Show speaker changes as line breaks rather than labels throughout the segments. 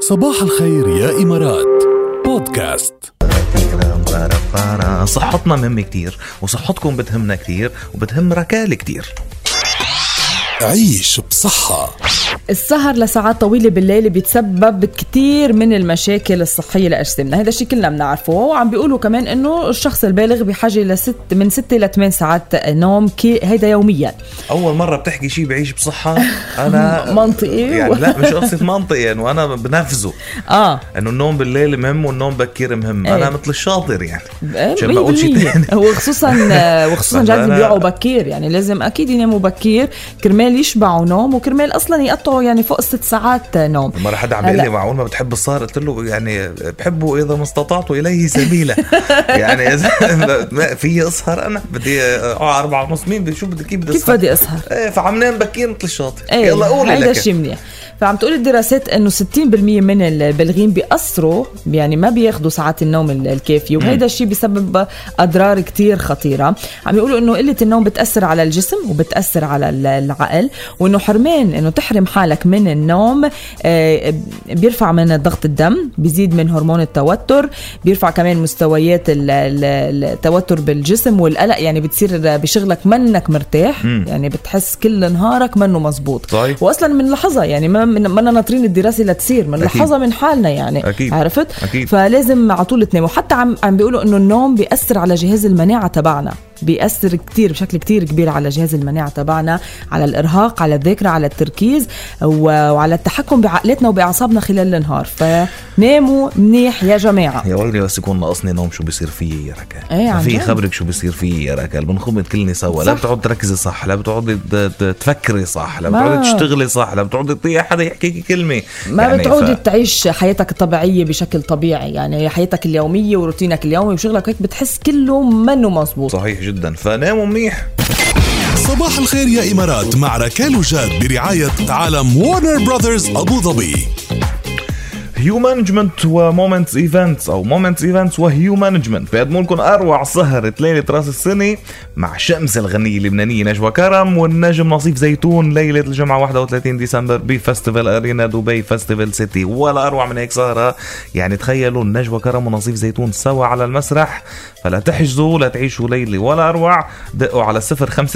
صباح الخير يا إمارات بودكاست
صحتنا مهمة كتير وصحتكم بتهمنا كتير وبتهم ركال كتير
عيش بصحة
السهر لساعات طويلة بالليل بيتسبب كتير من المشاكل الصحية لأجسامنا هذا الشيء كلنا بنعرفه وعم بيقولوا كمان إنه الشخص البالغ بحاجة لست من 6 ل 8 ساعات نوم كي هيدا يوميا
أول مرة بتحكي شيء بعيش بصحة أنا
منطقي.
يعني لا مش قصة منطقي يعني وأنا بنفذه
آه
إنه النوم بالليل مهم والنوم بكير مهم أنا
إيه.
مثل الشاطر يعني عشان ما أقول شيء
100%
تاني.
وخصوصا وخصوصا
فأنا-
لازم يوعوا بكير يعني لازم اكيد يناموا بكير كرمال يشبعوا نوم وكرمال اصلا يقطعوا يعني فوق ست ساعات نوم
مرة حدا عم بيقول لي
هلا.
معقول ما بتحب السهر قلت له يعني بحبه إذا ما استطعت إليه سبيلا يعني إذا ما في أسهر أنا بدي أقعد أربعة ونص مين بدي- شو بدي كيف بدي
كيف
أسهر؟
بدي اسهر
إيه فعم نام بكير مثل الشاطر
ايه
يلا قولي
هيدا
لك.
شيء منيح فعم تقول الدراسات انه 60% من البالغين بيأثروا يعني ما بياخذوا ساعات النوم ال- الكافيه وهيدا الشيء بيسبب اضرار كتير خطيره عم يقولوا انه قله النوم بتاثر على الجسم وبتاثر على ال- العقل وانه حرمان انه تحرم حالك من النوم آه، بيرفع من ضغط الدم بيزيد من هرمون التوتر بيرفع كمان مستويات ال- ال- التوتر بالجسم والقلق يعني بتصير بشغلك منك مرتاح
مم.
يعني بتحس كل نهارك منه مزبوط
صحيح.
واصلا بنلاحظها يعني ما ما لنا ناطرين الدراسه لتصير بنلاحظها من حالنا يعني
أكيد.
عرفت
أكيد.
فلازم على طول تنام وحتى عم عم بيقولوا انه النوم بياثر على جهاز المناعه تبعنا بيأثر كتير بشكل كتير كبير على جهاز المناعة تبعنا على الإرهاق على الذاكرة على التركيز و- وعلى التحكم بعقلتنا وبأعصابنا خلال النهار فناموا منيح يا جماعة
يا ويلي بس يكون ناقصني نوم شو بيصير فيي يا ركال
إيه، عن
في
جد.
خبرك شو بيصير فيي يا ركال بنخبط كلنا سوا لا
صح.
بتقعد تركزي صح لا بتقعدي ت- ت- تفكري صح لا
ما-
بتقعدي تشتغلي صح لا بتقعدي تطيعي حدا يحكيكي كلمه
ما
يعني
يعني بتعودي
ف-
تعيش حياتك الطبيعية بشكل طبيعي يعني حياتك اليومية وروتينك اليومي وشغلك هيك بتحس كله منه مزبوط
صحيح جدا فناموا منيح
صباح الخير يا إمارات مع ركال وجاد برعاية عالم وارنر براذرز أبو ظبي
هيو مانجمنت ومومنتس ايفنتس او مومنتس ايفنتس وهيو مانجمنت بيقدموا لكم اروع سهرة ليلة راس السنة مع شمس الغنية اللبنانية نجوى كرم والنجم نصيف زيتون ليلة الجمعة 31 ديسمبر بفستيفال ارينا دبي فستيفال سيتي ولا اروع من هيك سهرة يعني تخيلوا نجوى كرم ونصيف زيتون سوا على المسرح فلا تحجزوا لا تعيشوا ليلة ولا اروع دقوا على 050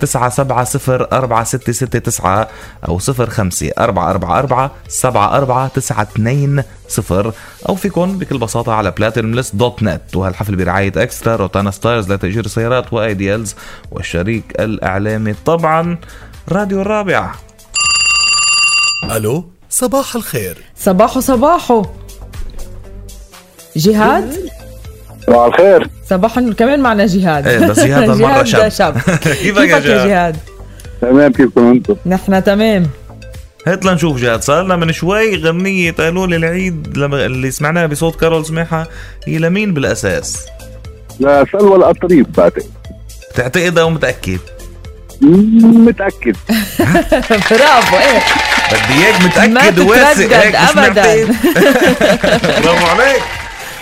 970 4669 او 05 444 749 صفر او فيكن بكل بساطه على بلاتينملس دوت نت وهالحفل برعايه اكسترا روتانا ستارز لتاجير السيارات وايديالز والشريك الاعلامي طبعا راديو الرابعه
ألو صباح الخير
صباحو صباحو جهاد
صباح الخير
صباحا كمان معنا جهاد
إيه، بس جهاد هالمرة
جهاد
شاب.
شاب
كيفك يا
كيفك يا
جاد؟
جهاد؟
تمام كيفكم انتم؟
نحن تمام
هات لنشوف جاد صار لنا من شوي غنية قالوا لي العيد لما اللي سمعناها بصوت كارول سماحة هي لمين بالاساس؟
لا سلوى القطريب بعتقد
بتعتقدها ومتاكد؟
مم، متاكد
برافو ايه
بدي اياك
ما
متاكد
تتردد
وواثق هيك مش
أبداً.
معتقد. برافو عليك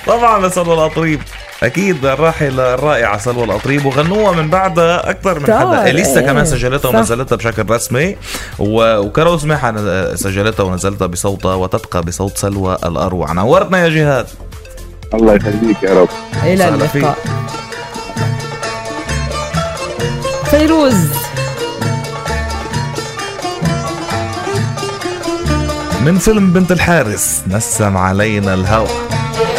طبعا لسلوى القطريب اكيد الراحله الرائعه سلوى القطريب وغنوها من بعدها اكثر من
طبعاً،
حدا اليسا
إيه.
كمان سجلتها
صح.
ونزلتها بشكل رسمي و- وكارول سماحه نز- سجلتها ونزلتها بصوتها وتبقى بصوت سلوى الاروع نورتنا يا جهاد
الله يخليك يا رب
الى
وسهلا فيك.
اللقاء فيروز
من فيلم بنت الحارس نسم علينا الهوى